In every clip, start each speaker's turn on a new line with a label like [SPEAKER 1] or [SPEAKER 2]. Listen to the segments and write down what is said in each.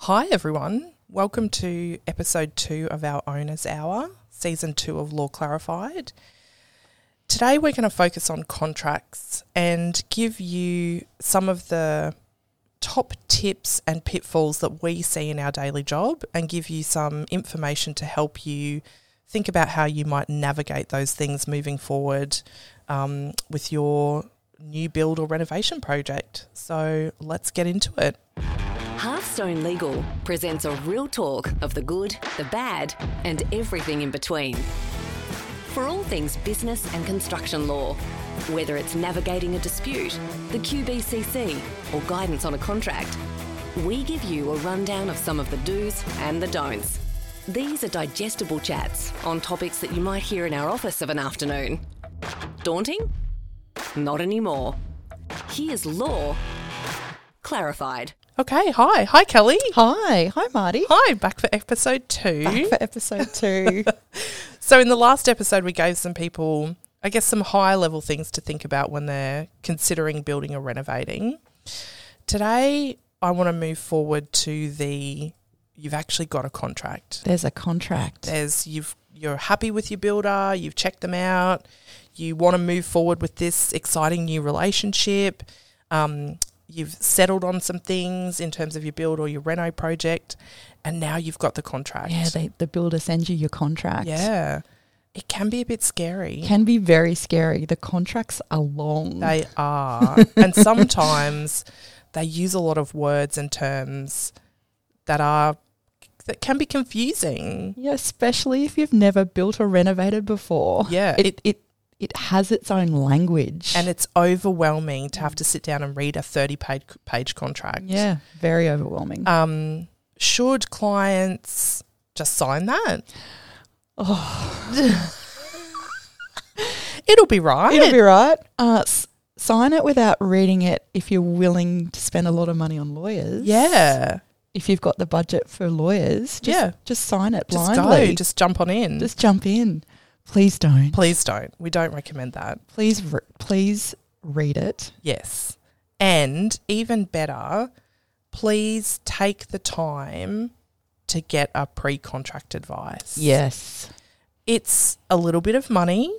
[SPEAKER 1] Hi, everyone. Welcome to episode two of our Owner's Hour, season two of Law Clarified. Today, we're going to focus on contracts and give you some of the top tips and pitfalls that we see in our daily job and give you some information to help you think about how you might navigate those things moving forward um, with your new build or renovation project. So, let's get into it.
[SPEAKER 2] Hearthstone Legal presents a real talk of the good, the bad, and everything in between. For all things business and construction law, whether it's navigating a dispute, the QBCC, or guidance on a contract, we give you a rundown of some of the do's and the don'ts. These are digestible chats on topics that you might hear in our office of an afternoon. Daunting? Not anymore. Here's law clarified.
[SPEAKER 1] Okay, hi. Hi, Kelly.
[SPEAKER 3] Hi, hi Marty.
[SPEAKER 1] Hi, back for episode two.
[SPEAKER 3] Back for episode two.
[SPEAKER 1] So, in the last episode, we gave some people, I guess, some high level things to think about when they're considering building or renovating. Today, I want to move forward to the you've actually got a contract.
[SPEAKER 3] There's a contract.
[SPEAKER 1] There's you've you're happy with your builder, you've checked them out, you want to move forward with this exciting new relationship. Um, you've settled on some things in terms of your build or your reno project, and now you've got the contract.
[SPEAKER 3] Yeah, they, the builder sends you your contract.
[SPEAKER 1] Yeah. It can be a bit scary.
[SPEAKER 3] Can be very scary. The contracts are long.
[SPEAKER 1] They are. and sometimes they use a lot of words and terms that are that can be confusing.
[SPEAKER 3] yeah, especially if you've never built or renovated before.
[SPEAKER 1] Yeah.
[SPEAKER 3] It it it, it has its own language.
[SPEAKER 1] And it's overwhelming to have to sit down and read a 30 page, page contract.
[SPEAKER 3] yeah, very overwhelming.
[SPEAKER 1] Um, should clients just sign that? It'll be right.
[SPEAKER 3] Oh. It'll be right. Uh, s- sign it without reading it if you're willing to spend a lot of money on lawyers.
[SPEAKER 1] yeah.
[SPEAKER 3] If you've got the budget for lawyers, just,
[SPEAKER 1] Yeah.
[SPEAKER 3] just sign it
[SPEAKER 1] Just
[SPEAKER 3] blindly.
[SPEAKER 1] go. Just jump on in.
[SPEAKER 3] just jump in. Please don't.
[SPEAKER 1] Please don't. We don't recommend that.
[SPEAKER 3] Please, re- please read it.
[SPEAKER 1] Yes. And even better, please take the time to get a pre contract advice.
[SPEAKER 3] Yes,
[SPEAKER 1] It's a little bit of money.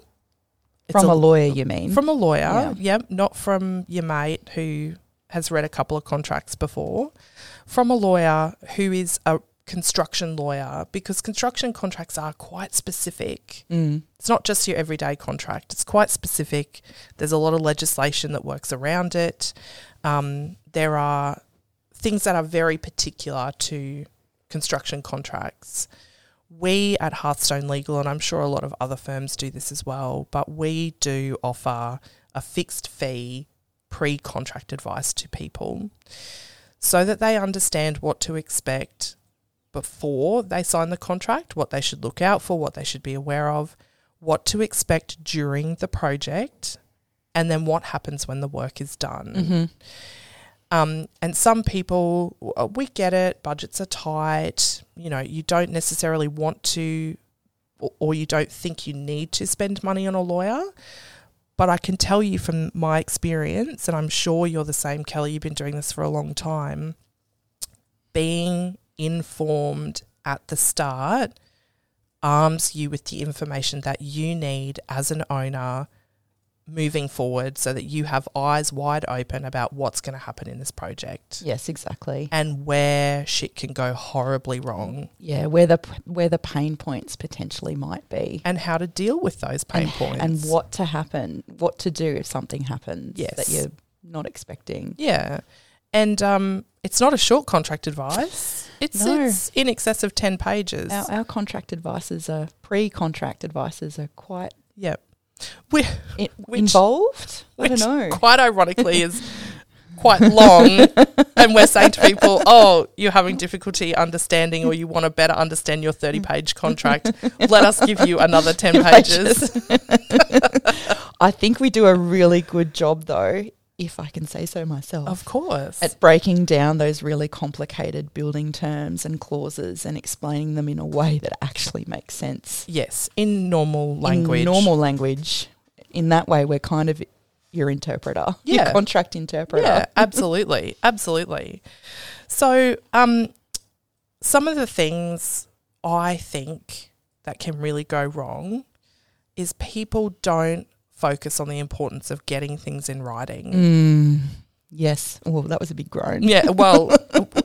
[SPEAKER 1] It's
[SPEAKER 3] from a, lawyer, you mean?
[SPEAKER 1] from a lawyer.
[SPEAKER 3] Yeah.
[SPEAKER 1] Yep. Not from your mate who has read a couple of contracts before. From a lawyer who is a construction lawyer because construction contracts are quite specific.
[SPEAKER 3] mm.
[SPEAKER 1] It's not just your everyday contract. It's quite specific. There's a lot of legislation that works around it. Um, there are things that are very particular to construction contracts. We at Hearthstone Legal, and I'm sure a lot of other firms do this as well, but we do offer a fixed fee pre contract advice to people so that they understand what to expect before they sign the contract, what they should look out for, what they should be aware of, what to expect during the project, and then what happens when the work is done. Um, and some people, w- uh, we get it, budgets are tight, you know, you don't necessarily want to or- or you don't think you need to spend money on a lawyer. But I can tell you from my experience, and I'm sure you're the same, Kelly, you've been doing this for a long time, being informed at the start arms you with the information that you need as an owner moving forward so that you have eyes wide open about what's going to happen in this project
[SPEAKER 3] Yes, exactly.
[SPEAKER 1] and where shit can go horribly wrong
[SPEAKER 3] Yeah, where the p- where the pain points potentially might be,
[SPEAKER 1] and how to deal with those pain
[SPEAKER 3] and,
[SPEAKER 1] points
[SPEAKER 3] and what to happen, what to do if something happens
[SPEAKER 1] Yes.
[SPEAKER 3] that you're not expecting.
[SPEAKER 1] Yeah. And um, it's not a short contract advice. It's,
[SPEAKER 3] No.
[SPEAKER 1] it's in excess of 10 pages.
[SPEAKER 3] Our, our contract advices are pre-contract advices are quite
[SPEAKER 1] Yep. We,
[SPEAKER 3] i-
[SPEAKER 1] Which-
[SPEAKER 3] involved. I
[SPEAKER 1] which
[SPEAKER 3] don't know.
[SPEAKER 1] quite ironically is quite long. and we're saying to people, oh, you're having difficulty understanding or you want to better understand your 30 page contract. Let us give you another 10 pages.
[SPEAKER 3] I think we do a really good job, though, if I can say so myself.
[SPEAKER 1] Of course.
[SPEAKER 3] at breaking down those really complicated building terms and clauses and explaining them in a way that actually makes sense
[SPEAKER 1] yes, in normal language.
[SPEAKER 3] in normal language in that way we're kind of your interpreter
[SPEAKER 1] Yeah.
[SPEAKER 3] your contract interpreter
[SPEAKER 1] Yeah, absolutely, absolutely. So, um, some of the things I think that can really go wrong is people don't focus on the importance of getting things in writing.
[SPEAKER 3] Mm. Yes. Well, that was a big groan.
[SPEAKER 1] Yeah, well,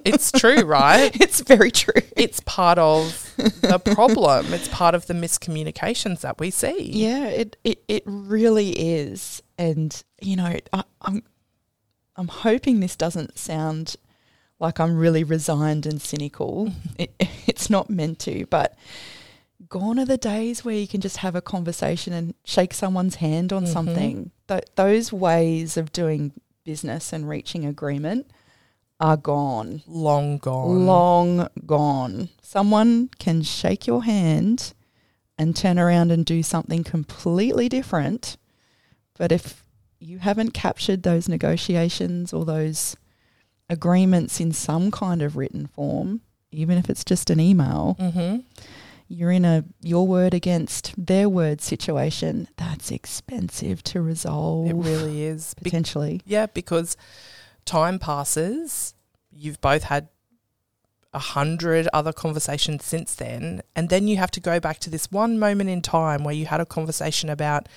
[SPEAKER 1] it's true, right?
[SPEAKER 3] It's very true.
[SPEAKER 1] It's part of the problem. It's part of the miscommunications that we see.
[SPEAKER 3] Yeah, it, it, it really is. And, you know, I, I'm, I'm hoping this doesn't sound like I'm really resigned and cynical. it, it's not meant to, but gone are the days where you can just have a conversation and shake someone's hand on something. Th- those ways of doing business and reaching agreement are gone,
[SPEAKER 1] Long gone.
[SPEAKER 3] long gone. Someone can shake your hand and turn around and do something completely different, but if you haven't captured those negotiations or those agreements in some kind of written form, even if it's just an email,
[SPEAKER 1] hmm
[SPEAKER 3] you're in a your word against their word situation that's expensive to resolve
[SPEAKER 1] It really is. Be-
[SPEAKER 3] potentially
[SPEAKER 1] yeah, because time passes. You've both had a hundred other conversations since then. And then you have to go back to this one moment in time where you had a conversation about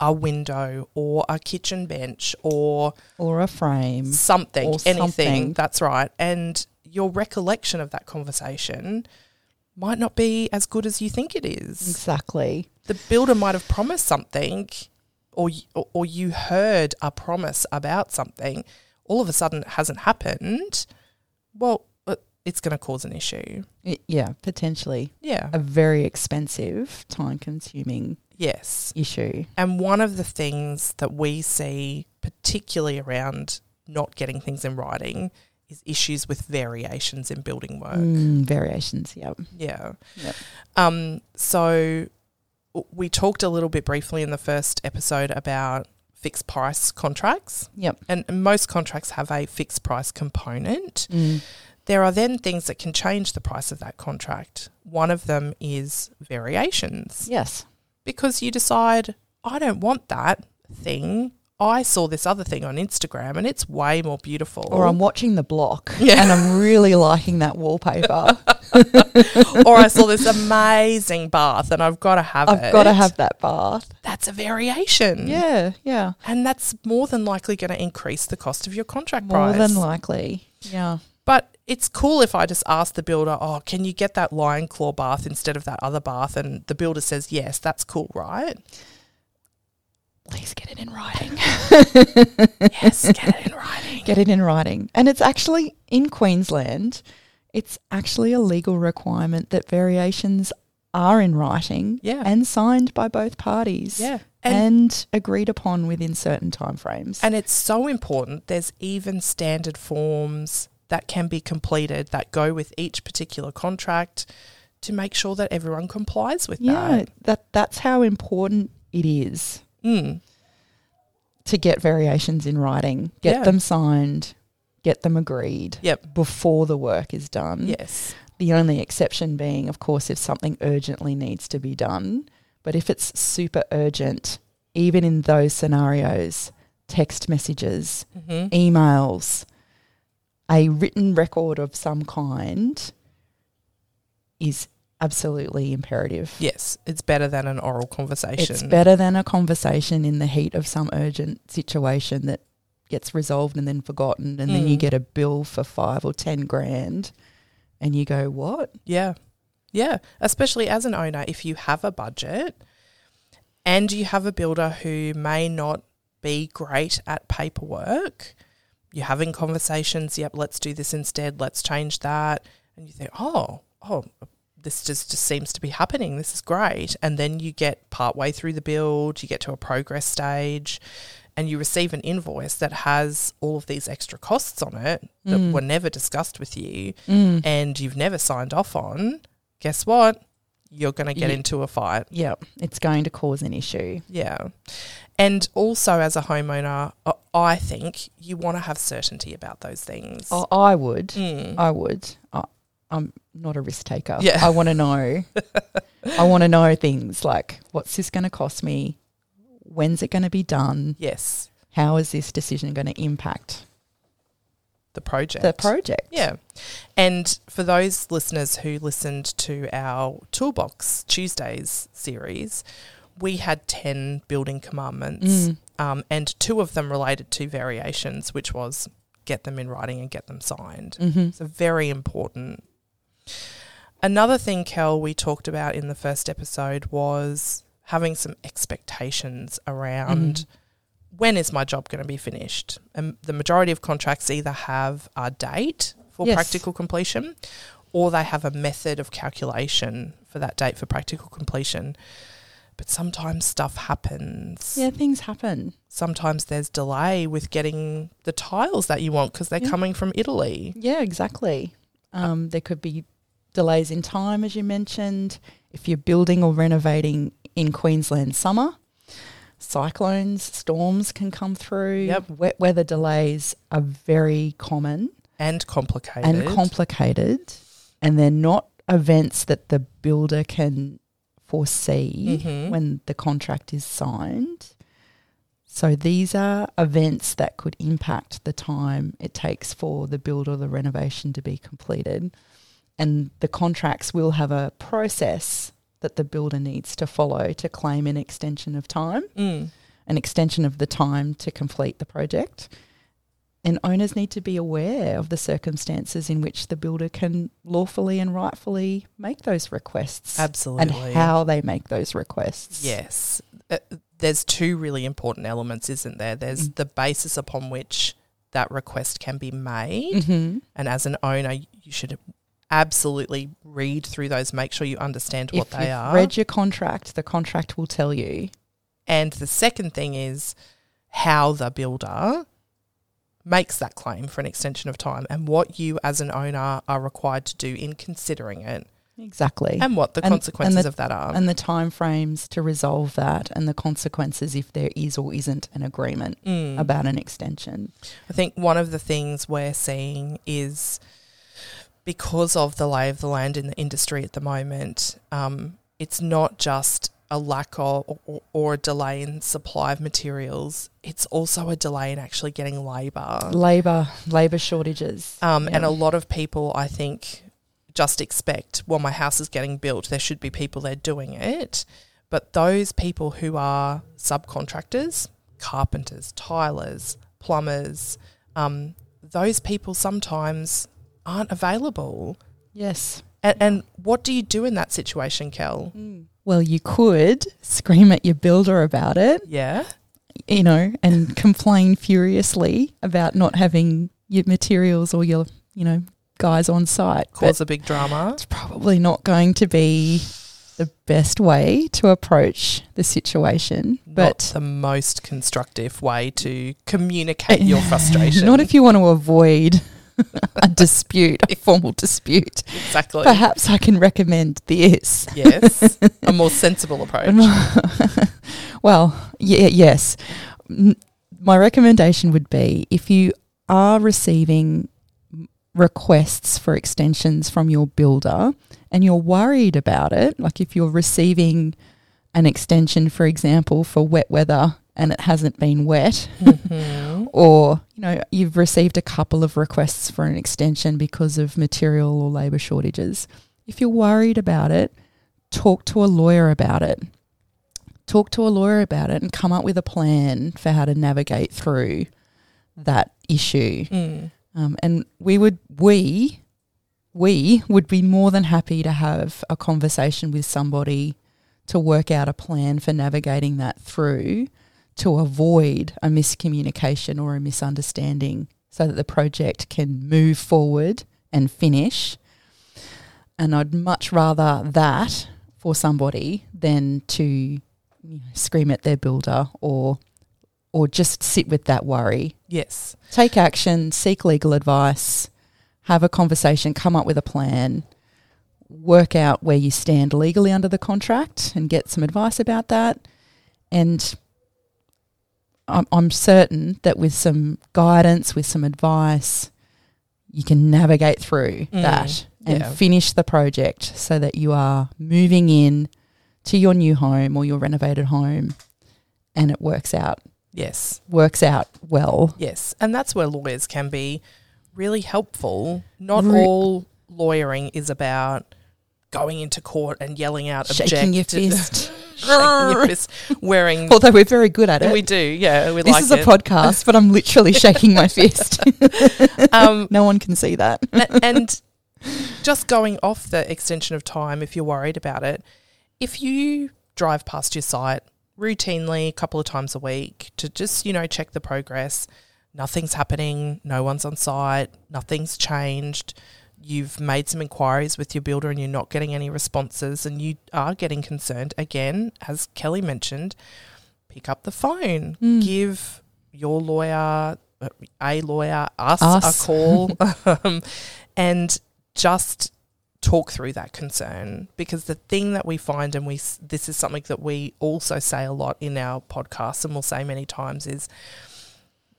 [SPEAKER 1] a window or a kitchen bench or
[SPEAKER 3] or a frame
[SPEAKER 1] something,
[SPEAKER 3] Mm. Or
[SPEAKER 1] anything.
[SPEAKER 3] something.
[SPEAKER 1] That's right. And your recollection of that conversation might not be as good as you think it is.
[SPEAKER 3] exactly
[SPEAKER 1] The builder might have promised something, or y- or or you heard a promise about something. All of a sudden, it hasn't happened. Well, it- it's going to cause an issue.
[SPEAKER 3] It- yeah potentially
[SPEAKER 1] Yeah.
[SPEAKER 3] a very expensive time consuming
[SPEAKER 1] Yes.
[SPEAKER 3] issue
[SPEAKER 1] And one of the things that we see, particularly around not getting things in writing, is issues with variations in building work.
[SPEAKER 3] Mm, variations yep
[SPEAKER 1] Yeah.
[SPEAKER 3] Yep.
[SPEAKER 1] Um, so w- we talked a little bit briefly in the first episode about fixed price contracts,
[SPEAKER 3] yep
[SPEAKER 1] and most contracts have a fixed price component.
[SPEAKER 3] Mm.
[SPEAKER 1] There are then things that can change the price of that contract. One of them is variations
[SPEAKER 3] yes
[SPEAKER 1] because you decide, I don't want that thing. I saw this other thing on Instagram and it's way more beautiful.
[SPEAKER 3] or i'm watching the block
[SPEAKER 1] Yeah.
[SPEAKER 3] and i'm really liking that wallpaper
[SPEAKER 1] or I saw this amazing bath and I've got to have it.
[SPEAKER 3] i've got to have that bath
[SPEAKER 1] That's a variation.
[SPEAKER 3] yeah yeah
[SPEAKER 1] And that's more than likely going to increase the cost of your contract
[SPEAKER 3] more
[SPEAKER 1] price.
[SPEAKER 3] than likely yeah
[SPEAKER 1] but it's cool if I just ask the builder, oh, can you get that lion claw bath instead of that other bath? And the builder says, yes, that's cool, right?
[SPEAKER 3] please get it in writing
[SPEAKER 1] yes, get it in writing.
[SPEAKER 3] get it in writing. And it's actually in Queensland, it's actually a legal requirement that variations are in writing
[SPEAKER 1] Yeah.
[SPEAKER 3] and signed by both parties
[SPEAKER 1] Yeah.
[SPEAKER 3] and,
[SPEAKER 1] And,
[SPEAKER 3] agreed upon within certain timeframes.
[SPEAKER 1] and it's so important. There's even standard forms that can be completed that go with each particular contract to make sure that everyone complies with
[SPEAKER 3] yeah,
[SPEAKER 1] that.
[SPEAKER 3] that that's how important it is
[SPEAKER 1] Mm,
[SPEAKER 3] to get variations in writing, get
[SPEAKER 1] Yeah.
[SPEAKER 3] them signed, get them agreed
[SPEAKER 1] Yep.
[SPEAKER 3] before the work is done.
[SPEAKER 1] Yes.
[SPEAKER 3] The only exception being, of course, if something urgently needs to be done. But if it's super urgent, even in those scenarios, text messages,
[SPEAKER 1] Mhm.
[SPEAKER 3] emails, a written record of some kind is absolutely imperative.
[SPEAKER 1] Yes. It's better than an oral conversation.
[SPEAKER 3] It's better than a conversation in the heat of some urgent situation that gets resolved and then forgotten, and then you
[SPEAKER 1] Mm.
[SPEAKER 3] get a bill for five or ten grand, and you go, What?
[SPEAKER 1] Yeah. Yeah. Especially as an owner, if you have a budget and you have a builder who may not be great at paperwork, you're having conversations, yep, let's do this instead, let's change that. And you think, oh, oh, this just, just seems to be happening. This is great. And then you get partway through the build, you get to a progress stage, and you receive an invoice that has all of these extra costs on it that were never discussed with you and you've never signed off on, guess what? You're going to get
[SPEAKER 3] Ye-
[SPEAKER 1] into a fight.
[SPEAKER 3] Yeah, it's going to cause an issue.
[SPEAKER 1] Yeah. And also, as a homeowner, I- I think you want to have certainty about those things.
[SPEAKER 3] I, I would.
[SPEAKER 1] Mm.
[SPEAKER 3] I would. I, I'm not a risk taker.
[SPEAKER 1] Yeah.
[SPEAKER 3] I want to know. I want to know things like what's this going to cost me? When's it going to be done?
[SPEAKER 1] Yes.
[SPEAKER 3] How is this decision going to impact
[SPEAKER 1] the project.
[SPEAKER 3] the project.
[SPEAKER 1] Yeah. And for those listeners who listened to our Toolbox Tuesdays series, we had 10 building
[SPEAKER 3] Mm.
[SPEAKER 1] commandments, um, and two of them related to variations, which was get them in writing and get them signed.
[SPEAKER 3] mm-hmm.
[SPEAKER 1] So, very important. Another thing, Kel, we talked about in the first episode was having some expectations around
[SPEAKER 3] Mm-hmm.
[SPEAKER 1] when is my job going to be finished? And the majority of contracts either have a date for
[SPEAKER 3] Yes.
[SPEAKER 1] practical completion or they have a method of calculation for that date for practical completion. But sometimes stuff happens.
[SPEAKER 3] Yeah, things happen.
[SPEAKER 1] Sometimes there's delay with getting the tiles that you want because they're
[SPEAKER 3] Yeah.
[SPEAKER 1] coming from Italy.
[SPEAKER 3] Yeah, exactly. Um, there could be delays in time, as you mentioned. If you're building or renovating in Queensland summer, cyclones, storms can come through.
[SPEAKER 1] Yep.
[SPEAKER 3] Wet weather delays are very common
[SPEAKER 1] And complicated.
[SPEAKER 3] and complicated, and they're not events that the builder can foresee
[SPEAKER 1] Mhm.
[SPEAKER 3] when the contract is signed. So these are events that could impact the time it takes for the build or the renovation to be completed. And the contracts will have a process that the builder needs to follow to claim an extension of time
[SPEAKER 1] Mm.
[SPEAKER 3] an extension of the time to complete the project. And owners need to be aware of the circumstances in which the builder can lawfully and rightfully make those requests.
[SPEAKER 1] Absolutely.
[SPEAKER 3] And how they make those requests.
[SPEAKER 1] Yes. Uh, there's two really important elements, isn't there? There's
[SPEAKER 3] Mm.
[SPEAKER 1] the basis upon which that request can be made.
[SPEAKER 3] Mhm.
[SPEAKER 1] And as an owner, you should absolutely read through those, make sure you understand what
[SPEAKER 3] if
[SPEAKER 1] they
[SPEAKER 3] you've
[SPEAKER 1] are.
[SPEAKER 3] read your contract, the contract will tell you.
[SPEAKER 1] and the second thing is how the builder makes that claim for an extension of time and what you as an owner are required to do in considering it
[SPEAKER 3] Exactly.
[SPEAKER 1] and what the
[SPEAKER 3] And- and
[SPEAKER 1] consequences
[SPEAKER 3] the-
[SPEAKER 1] of that are.
[SPEAKER 3] and the timeframes to resolve that and the consequences if there is or isn't an agreement
[SPEAKER 1] Mm.
[SPEAKER 3] about an extension.
[SPEAKER 1] I think one of the things we're seeing is because of the lay of the land in the industry at the moment, um, it's not just a lack of or, or a delay in supply of materials, it's also a delay in actually getting labour.
[SPEAKER 3] Labour labour shortages.
[SPEAKER 1] Um, And
[SPEAKER 3] Yeah.
[SPEAKER 1] a lot of people, I think, just expect, well, my house is getting built. There should be people there doing it. But those people who are subcontractors, carpenters, tilers, plumbers, um, those people sometimes aren't available.
[SPEAKER 3] Yes.
[SPEAKER 1] And, and what do you do in that situation, Kel?
[SPEAKER 3] Well, you could scream at your builder about it,
[SPEAKER 1] Yeah.
[SPEAKER 3] you know, and complain furiously about not having your materials or your, you know, guys on site. But
[SPEAKER 1] Cause a big drama.
[SPEAKER 3] it's probably not going to be the best way to approach the situation.
[SPEAKER 1] Not
[SPEAKER 3] But
[SPEAKER 1] the most constructive way to communicate your frustration.
[SPEAKER 3] not if you want to avoid a dispute, a formal dispute.
[SPEAKER 1] exactly.
[SPEAKER 3] Perhaps I can recommend this.
[SPEAKER 1] Yes. a more sensible approach.
[SPEAKER 3] well, yeah, yes. N- My recommendation would be if you are receiving requests for extensions from your builder and you're worried about it, like if you're receiving an extension, for example, for wet weather and it hasn't been wet,
[SPEAKER 1] Mm.
[SPEAKER 3] or you know you've received a couple of requests for an extension because of material or labor shortages. If you're worried about it, talk to a lawyer about it. Talk to a lawyer about it and come up with a plan for how to navigate through that issue.
[SPEAKER 1] Mm.
[SPEAKER 3] Um, and we would we we would be more than happy to have a conversation with somebody to work out a plan for navigating that through to avoid a miscommunication or a misunderstanding so that the project can move forward and finish. And I'd much rather that for somebody than to you know, scream at their builder or or just sit with that worry
[SPEAKER 1] Yes.
[SPEAKER 3] take action, seek legal advice, have a conversation, come up with a plan, work out where you stand legally under the contract and get some advice about that. And I'm, I'm certain that with some guidance, with some advice, you can navigate through
[SPEAKER 1] Mm,
[SPEAKER 3] that and
[SPEAKER 1] yeah.
[SPEAKER 3] finish the project so that you are moving in to your new home or your renovated home and it works out
[SPEAKER 1] Yes.
[SPEAKER 3] works out well
[SPEAKER 1] Yes. And that's where lawyers can be really helpful. Not
[SPEAKER 3] Re-
[SPEAKER 1] all lawyering is about going into court and yelling out
[SPEAKER 3] shaking your
[SPEAKER 1] object,
[SPEAKER 3] fist.
[SPEAKER 1] shaking your fist, wearing.
[SPEAKER 3] Although we're very good at it.
[SPEAKER 1] We do, yeah. We
[SPEAKER 3] this
[SPEAKER 1] like
[SPEAKER 3] is a
[SPEAKER 1] it.
[SPEAKER 3] podcast, but I'm literally shaking my fist.
[SPEAKER 1] Um,
[SPEAKER 3] no one can see that.
[SPEAKER 1] a- and just going off the extension of time, if you're worried about it, if you drive past your site routinely a couple of times a week to just, you know, check the progress, nothing's happening, no one's on site, nothing's changed, you've made some inquiries with your builder and you're not getting any responses and you are getting concerned, again, as Kelly mentioned, pick up the phone, give your lawyer, uh, a lawyer, us,
[SPEAKER 3] Us.
[SPEAKER 1] a call, um, and just talk through that concern because the thing that we find and we s- this is something that we also say a lot in our podcast and we'll say many times is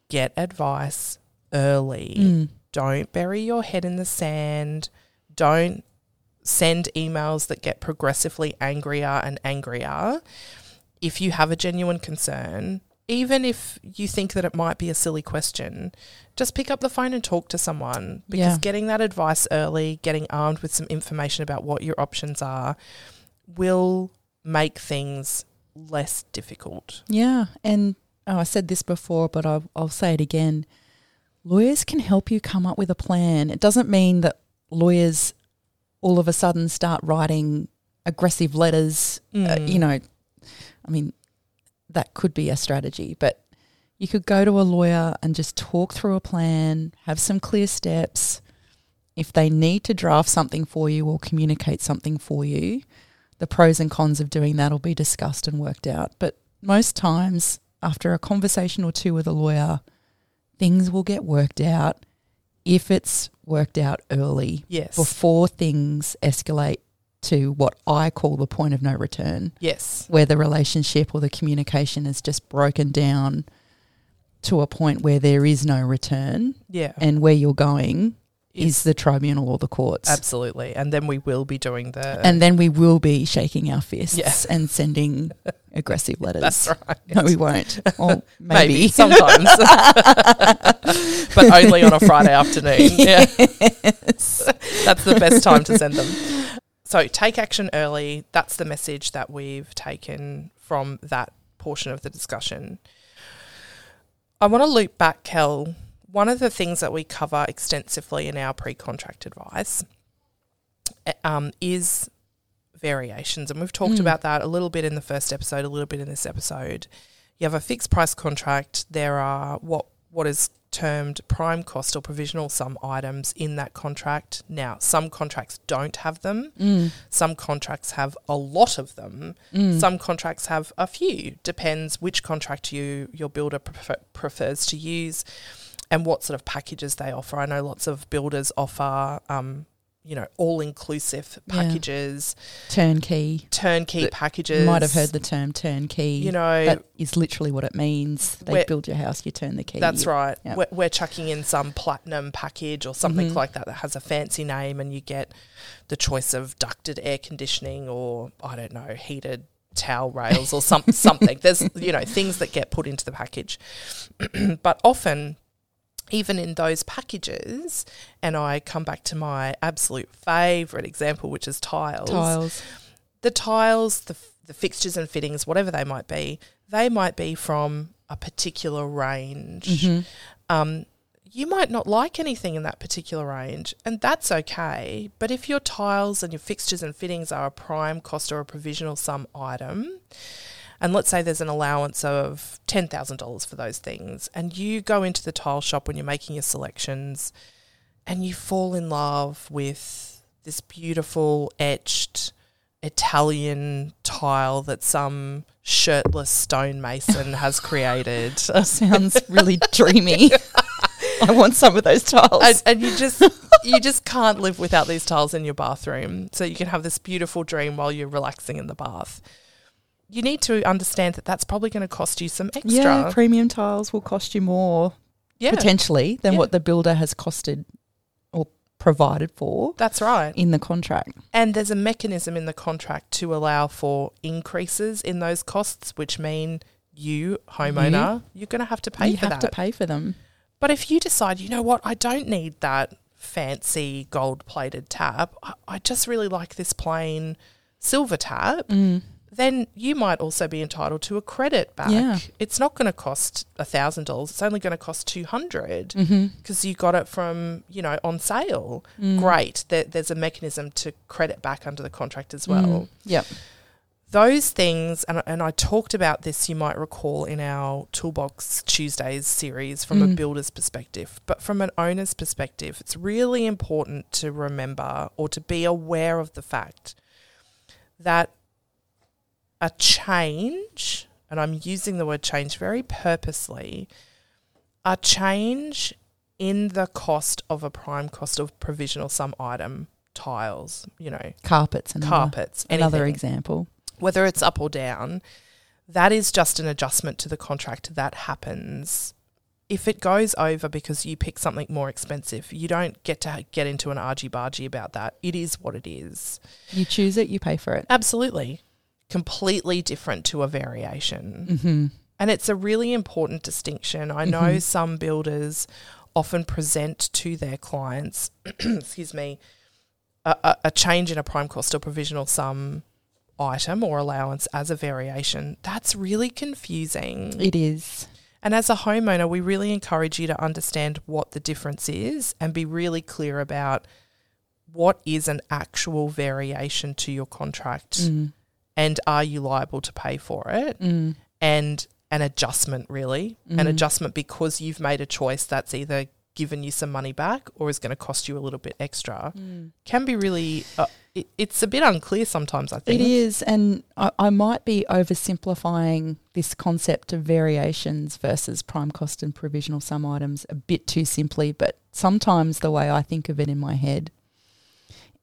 [SPEAKER 1] get advice early
[SPEAKER 3] Mm.
[SPEAKER 1] don't bury your head in the sand don't send emails that get progressively angrier and angrier if you have a genuine concern even if you think that it might be a silly question just pick up the phone and talk to someone because
[SPEAKER 3] Yeah.
[SPEAKER 1] getting that advice early getting armed with some information about what your options are will make things less difficult
[SPEAKER 3] Yeah, and oh, I said this before, but I'll, I'll say it again. Lawyers can help you come up with a plan. It doesn't mean that lawyers all of a sudden start writing aggressive letters. Uh,
[SPEAKER 1] Mm.
[SPEAKER 3] you know, I mean, that could be a strategy, but you could go to a lawyer and just talk through a plan, have some clear steps. If they need to draft something for you or communicate something for you, the pros and cons of doing that will be discussed and worked out. But most times, after a conversation or two with a lawyer, things will get worked out if it's worked out early
[SPEAKER 1] yes
[SPEAKER 3] before things escalate to what I call the point of no return,
[SPEAKER 1] yes
[SPEAKER 3] where the relationship or the communication is just broken down to a point where there is no return
[SPEAKER 1] yeah
[SPEAKER 3] and where you're going is the tribunal or the courts.
[SPEAKER 1] absolutely and then we will be doing the
[SPEAKER 3] And then we will be shaking our fists
[SPEAKER 1] Yeah.
[SPEAKER 3] and sending aggressive letters.
[SPEAKER 1] that's right
[SPEAKER 3] No, we won't. Or
[SPEAKER 1] maybe,
[SPEAKER 3] maybe.
[SPEAKER 1] sometimes, but only on a Friday afternoon. Yeah, that's the best time to send them. So take action early. That's the message that we've taken from that portion of the discussion. I want to loop back, Kel. One of the things that we cover extensively in our pre-contract advice eh, um, is variations, and we've talked about that a little bit in the first episode, a little bit in this episode you have a fixed price contract. There are what what is termed prime cost or provisional sum items in that contract. Now, some contracts don't have them.
[SPEAKER 3] Mm,
[SPEAKER 1] Some contracts have a lot of them. Some contracts have a few. Depends which contract you your builder prefer, prefers to use and what sort of packages they offer. I know lots of builders offer um, you know, all inclusive
[SPEAKER 3] Yeah.
[SPEAKER 1] packages,
[SPEAKER 3] turnkey.
[SPEAKER 1] turnkey
[SPEAKER 3] You
[SPEAKER 1] packages.
[SPEAKER 3] might have heard the term turnkey.
[SPEAKER 1] you know
[SPEAKER 3] that is literally what it means. They
[SPEAKER 1] Where-
[SPEAKER 3] build your house, you turn the key.
[SPEAKER 1] That's right.
[SPEAKER 3] Yep.
[SPEAKER 1] We're, we're chucking in some platinum package or something
[SPEAKER 3] Mhm.
[SPEAKER 1] like that that has a fancy name, and you get the choice of ducted air conditioning or I don't know heated towel rails or some, something. There's you know things that get put into the package, but often. Even in those packages, and I come back to my absolute favourite example, which is
[SPEAKER 3] Tiles.
[SPEAKER 1] the tiles, the, f- the fixtures and fittings, whatever they might be, they might be from a particular range.
[SPEAKER 3] Mm-hmm.
[SPEAKER 1] Um, you might not like anything in that particular range, and that's okay. But if your tiles and your fixtures and fittings are a prime cost or a provisional sum item, and let's say there's an allowance of $10,000 for those things, and you go into the tile shop when you're making your selections and you fall in love with this beautiful etched Italian tile that some shirtless stonemason has created.
[SPEAKER 3] Sounds really dreamy. I want some of those tiles.
[SPEAKER 1] and, and you just you just can't live without these tiles in your bathroom. So you can have this beautiful dream while you're relaxing in the bath. You need to understand that that's probably going to cost you some extra.
[SPEAKER 3] yeah, premium tiles will cost you more
[SPEAKER 1] Yeah,
[SPEAKER 3] potentially than
[SPEAKER 1] Yeah.
[SPEAKER 3] what the builder has costed or provided for
[SPEAKER 1] that's right.
[SPEAKER 3] in the contract.
[SPEAKER 1] And there's a mechanism in the contract to allow for increases in those costs, which mean you, homeowner, you're going to have to pay
[SPEAKER 3] you
[SPEAKER 1] for that.
[SPEAKER 3] have to pay for them.
[SPEAKER 1] But if you decide, you know what, I don't need that fancy gold plated tab, I, I just really like this plain silver tab, then you might also be entitled to a credit back.
[SPEAKER 3] Yeah.
[SPEAKER 1] It's not going to cost $1,000, it's only going to cost 200 because you got it from, you know, on sale. Great. There, there's a mechanism to credit back under the contract as well
[SPEAKER 3] Mm. Yep.
[SPEAKER 1] those things, and, and I talked about this, you might recall, in our Toolbox Tuesdays series from
[SPEAKER 3] Mm.
[SPEAKER 1] a builder's perspective, but from an owner's perspective, it's really important to remember or to be aware of the fact that a change, and I'm using the word change very purposely, a change in the cost of a prime cost of provision or some item, tiles, you know,
[SPEAKER 3] Carpets. Another,
[SPEAKER 1] carpets,
[SPEAKER 3] Another
[SPEAKER 1] anything
[SPEAKER 3] example.
[SPEAKER 1] whether it's up or down, that is just an adjustment to the contract that happens. If it goes over because you pick something more expensive, you don't get to ha- get into an argy bargy about that. It is what it is.
[SPEAKER 3] You choose it, you pay for it.
[SPEAKER 1] Absolutely. Completely different to a variation.
[SPEAKER 3] Mm-hmm.
[SPEAKER 1] And it's a really important distinction. I know some builders often present to their clients, excuse me, a, a, a change in a prime cost or provisional sum item or allowance as a variation. That's really confusing.
[SPEAKER 3] It is.
[SPEAKER 1] And as a homeowner, we really encourage you to understand what the difference is and be really clear about what is an actual variation to your contract
[SPEAKER 3] Mm.
[SPEAKER 1] and are you liable to pay for it? And an adjustment, really,
[SPEAKER 3] Mm.
[SPEAKER 1] an adjustment because you've made a choice that's either given you some money back or is going to cost you a little bit extra
[SPEAKER 3] Mm.
[SPEAKER 1] can be really, uh, it, it's a bit unclear sometimes, I think.
[SPEAKER 3] It is. And I, I might be oversimplifying this concept of variations versus prime cost and provisional sum items a bit too simply, but sometimes the way I think of it in my head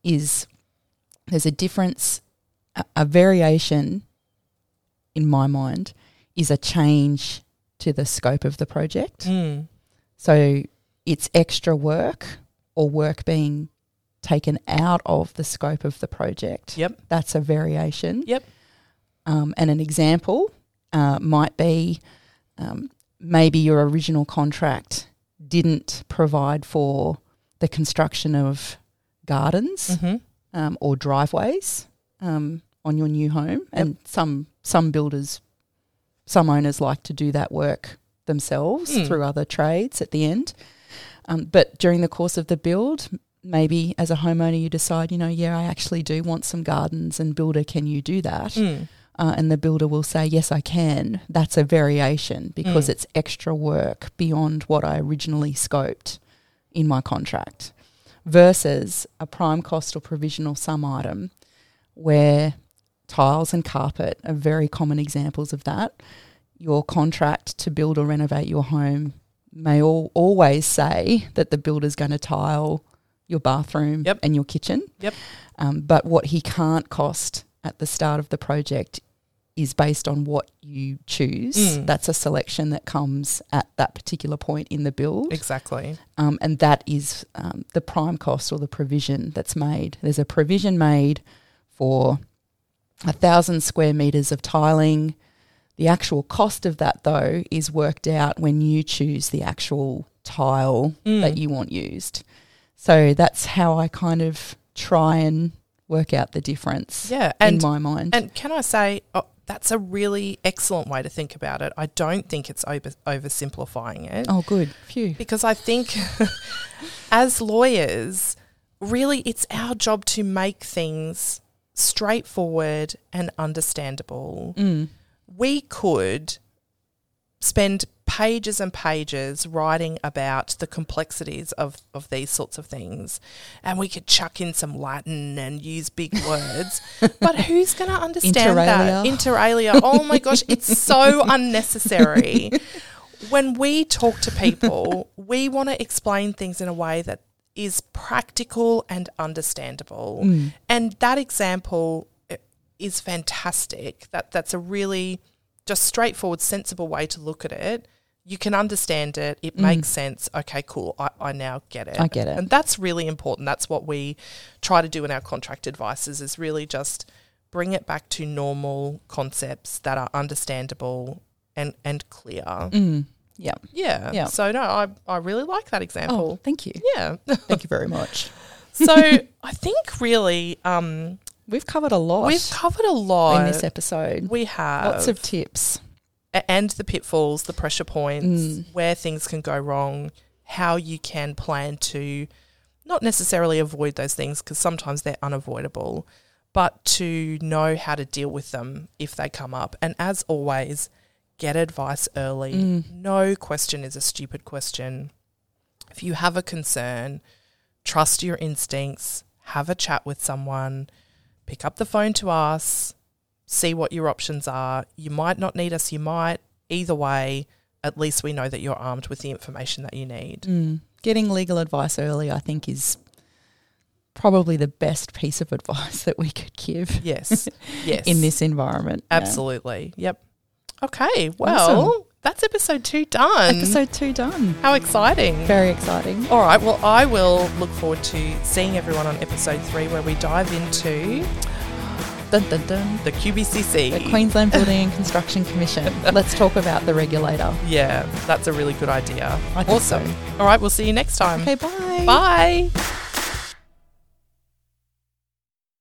[SPEAKER 3] is there's a difference, a, a variation in my mind is a change to the scope of the project.
[SPEAKER 1] Mm.
[SPEAKER 3] So it's extra work or work being taken out of the scope of the project.
[SPEAKER 1] Yep.
[SPEAKER 3] That's a variation.
[SPEAKER 1] Yep.
[SPEAKER 3] Um, and an example uh, might be um, maybe your original contract didn't provide for the construction of gardens
[SPEAKER 1] hmm
[SPEAKER 3] um, or driveways um, on your new home. And some some builders, some owners like to do that work themselves
[SPEAKER 1] Mm.
[SPEAKER 3] through other trades at the end. Um, but during the course of the build, maybe as a homeowner, you decide, you know, yeah, I actually do want some gardens. And builder, can you do that?
[SPEAKER 1] Mm.
[SPEAKER 3] Uh, and the builder will say, yes, I can. That's a variation because
[SPEAKER 1] Mm.
[SPEAKER 3] it's extra work beyond what I originally scoped in my contract versus a prime cost or provisional sum item where tiles and carpet are very common examples of that. Your contract to build or renovate your home may all, always say that the builder's going to tile your bathroom
[SPEAKER 1] Yep.
[SPEAKER 3] and your kitchen.
[SPEAKER 1] Yep.
[SPEAKER 3] Um, but what he can't cost at the start of the project is based on what you choose.
[SPEAKER 1] Mm.
[SPEAKER 3] That's a selection that comes at that particular point in the build.
[SPEAKER 1] Exactly.
[SPEAKER 3] Um, and that is um, the prime cost or the provision that's made. There's a provision made for a thousand square meters of tiling. The actual cost of that, though, is worked out when you choose the actual tile
[SPEAKER 1] Mm.
[SPEAKER 3] that you want used. So that's how I kind of try and work out the difference
[SPEAKER 1] Yeah.
[SPEAKER 3] in
[SPEAKER 1] And
[SPEAKER 3] my mind.
[SPEAKER 1] And can I say, oh, that's a really excellent way to think about it. I don't think it's over, oversimplifying it
[SPEAKER 3] oh, good. Phew.
[SPEAKER 1] because I think as lawyers, really it's our job to make things straightforward and understandable. We could spend pages and pages writing about the complexities of, of these sorts of things and we could chuck in some Latin and use big words. but who's going to understand that? Inter alia. Oh my gosh, it's so unnecessary when we talk to people, we want to explain things in a way that is practical and understandable. And that example i- is fantastic. That that's a really just straightforward, sensible way to look at it. You can understand it. It makes sense. Okay, cool. I, I now get it.
[SPEAKER 3] Mm. I get it.
[SPEAKER 1] And that's really important. That's what we try to do in our contract advices is really just bring it back to normal concepts that are understandable and, and clear.
[SPEAKER 3] Yeah.
[SPEAKER 1] Yeah.
[SPEAKER 3] Mm. Yeah.
[SPEAKER 1] So no, I, I really like that example.
[SPEAKER 3] Oh, thank you.
[SPEAKER 1] Yeah.
[SPEAKER 3] Thank you very much.
[SPEAKER 1] so I think really um,
[SPEAKER 3] We've covered a lot
[SPEAKER 1] we've covered a lot.
[SPEAKER 3] in this episode.
[SPEAKER 1] we have
[SPEAKER 3] Lots of tips.
[SPEAKER 1] a- and the pitfalls, the pressure points,
[SPEAKER 3] Mm.
[SPEAKER 1] where things can go wrong, how you can plan to not necessarily avoid those things because sometimes they're unavoidable, but to know how to deal with them if they come up. And as always, get advice early. No question is a stupid question. If you have a concern, trust your instincts, have a chat with someone, pick up the phone to us, see what your options are. You might not need us, you might. Either way, at least we know that you're armed with the information that you need.
[SPEAKER 3] Mm. Getting legal advice early, I think, is probably the best piece of advice that we could give
[SPEAKER 1] Yes. Yes.
[SPEAKER 3] in this environment. Yeah.
[SPEAKER 1] Absolutely. Yep. Okay. Well,
[SPEAKER 3] Awesome.
[SPEAKER 1] that's episode two done.
[SPEAKER 3] Episode two done.
[SPEAKER 1] How exciting.
[SPEAKER 3] Very exciting.
[SPEAKER 1] All right. Well, I will look forward to seeing everyone on episode three where we dive into
[SPEAKER 3] Dun, dun, dun.
[SPEAKER 1] the QBCC.
[SPEAKER 3] The Queensland Building and Construction Commission. Let's talk about the regulator.
[SPEAKER 1] Yeah, that's a really good idea.
[SPEAKER 3] I think
[SPEAKER 1] awesome. All right. We'll see you next time.
[SPEAKER 3] Okay, bye.
[SPEAKER 1] Bye.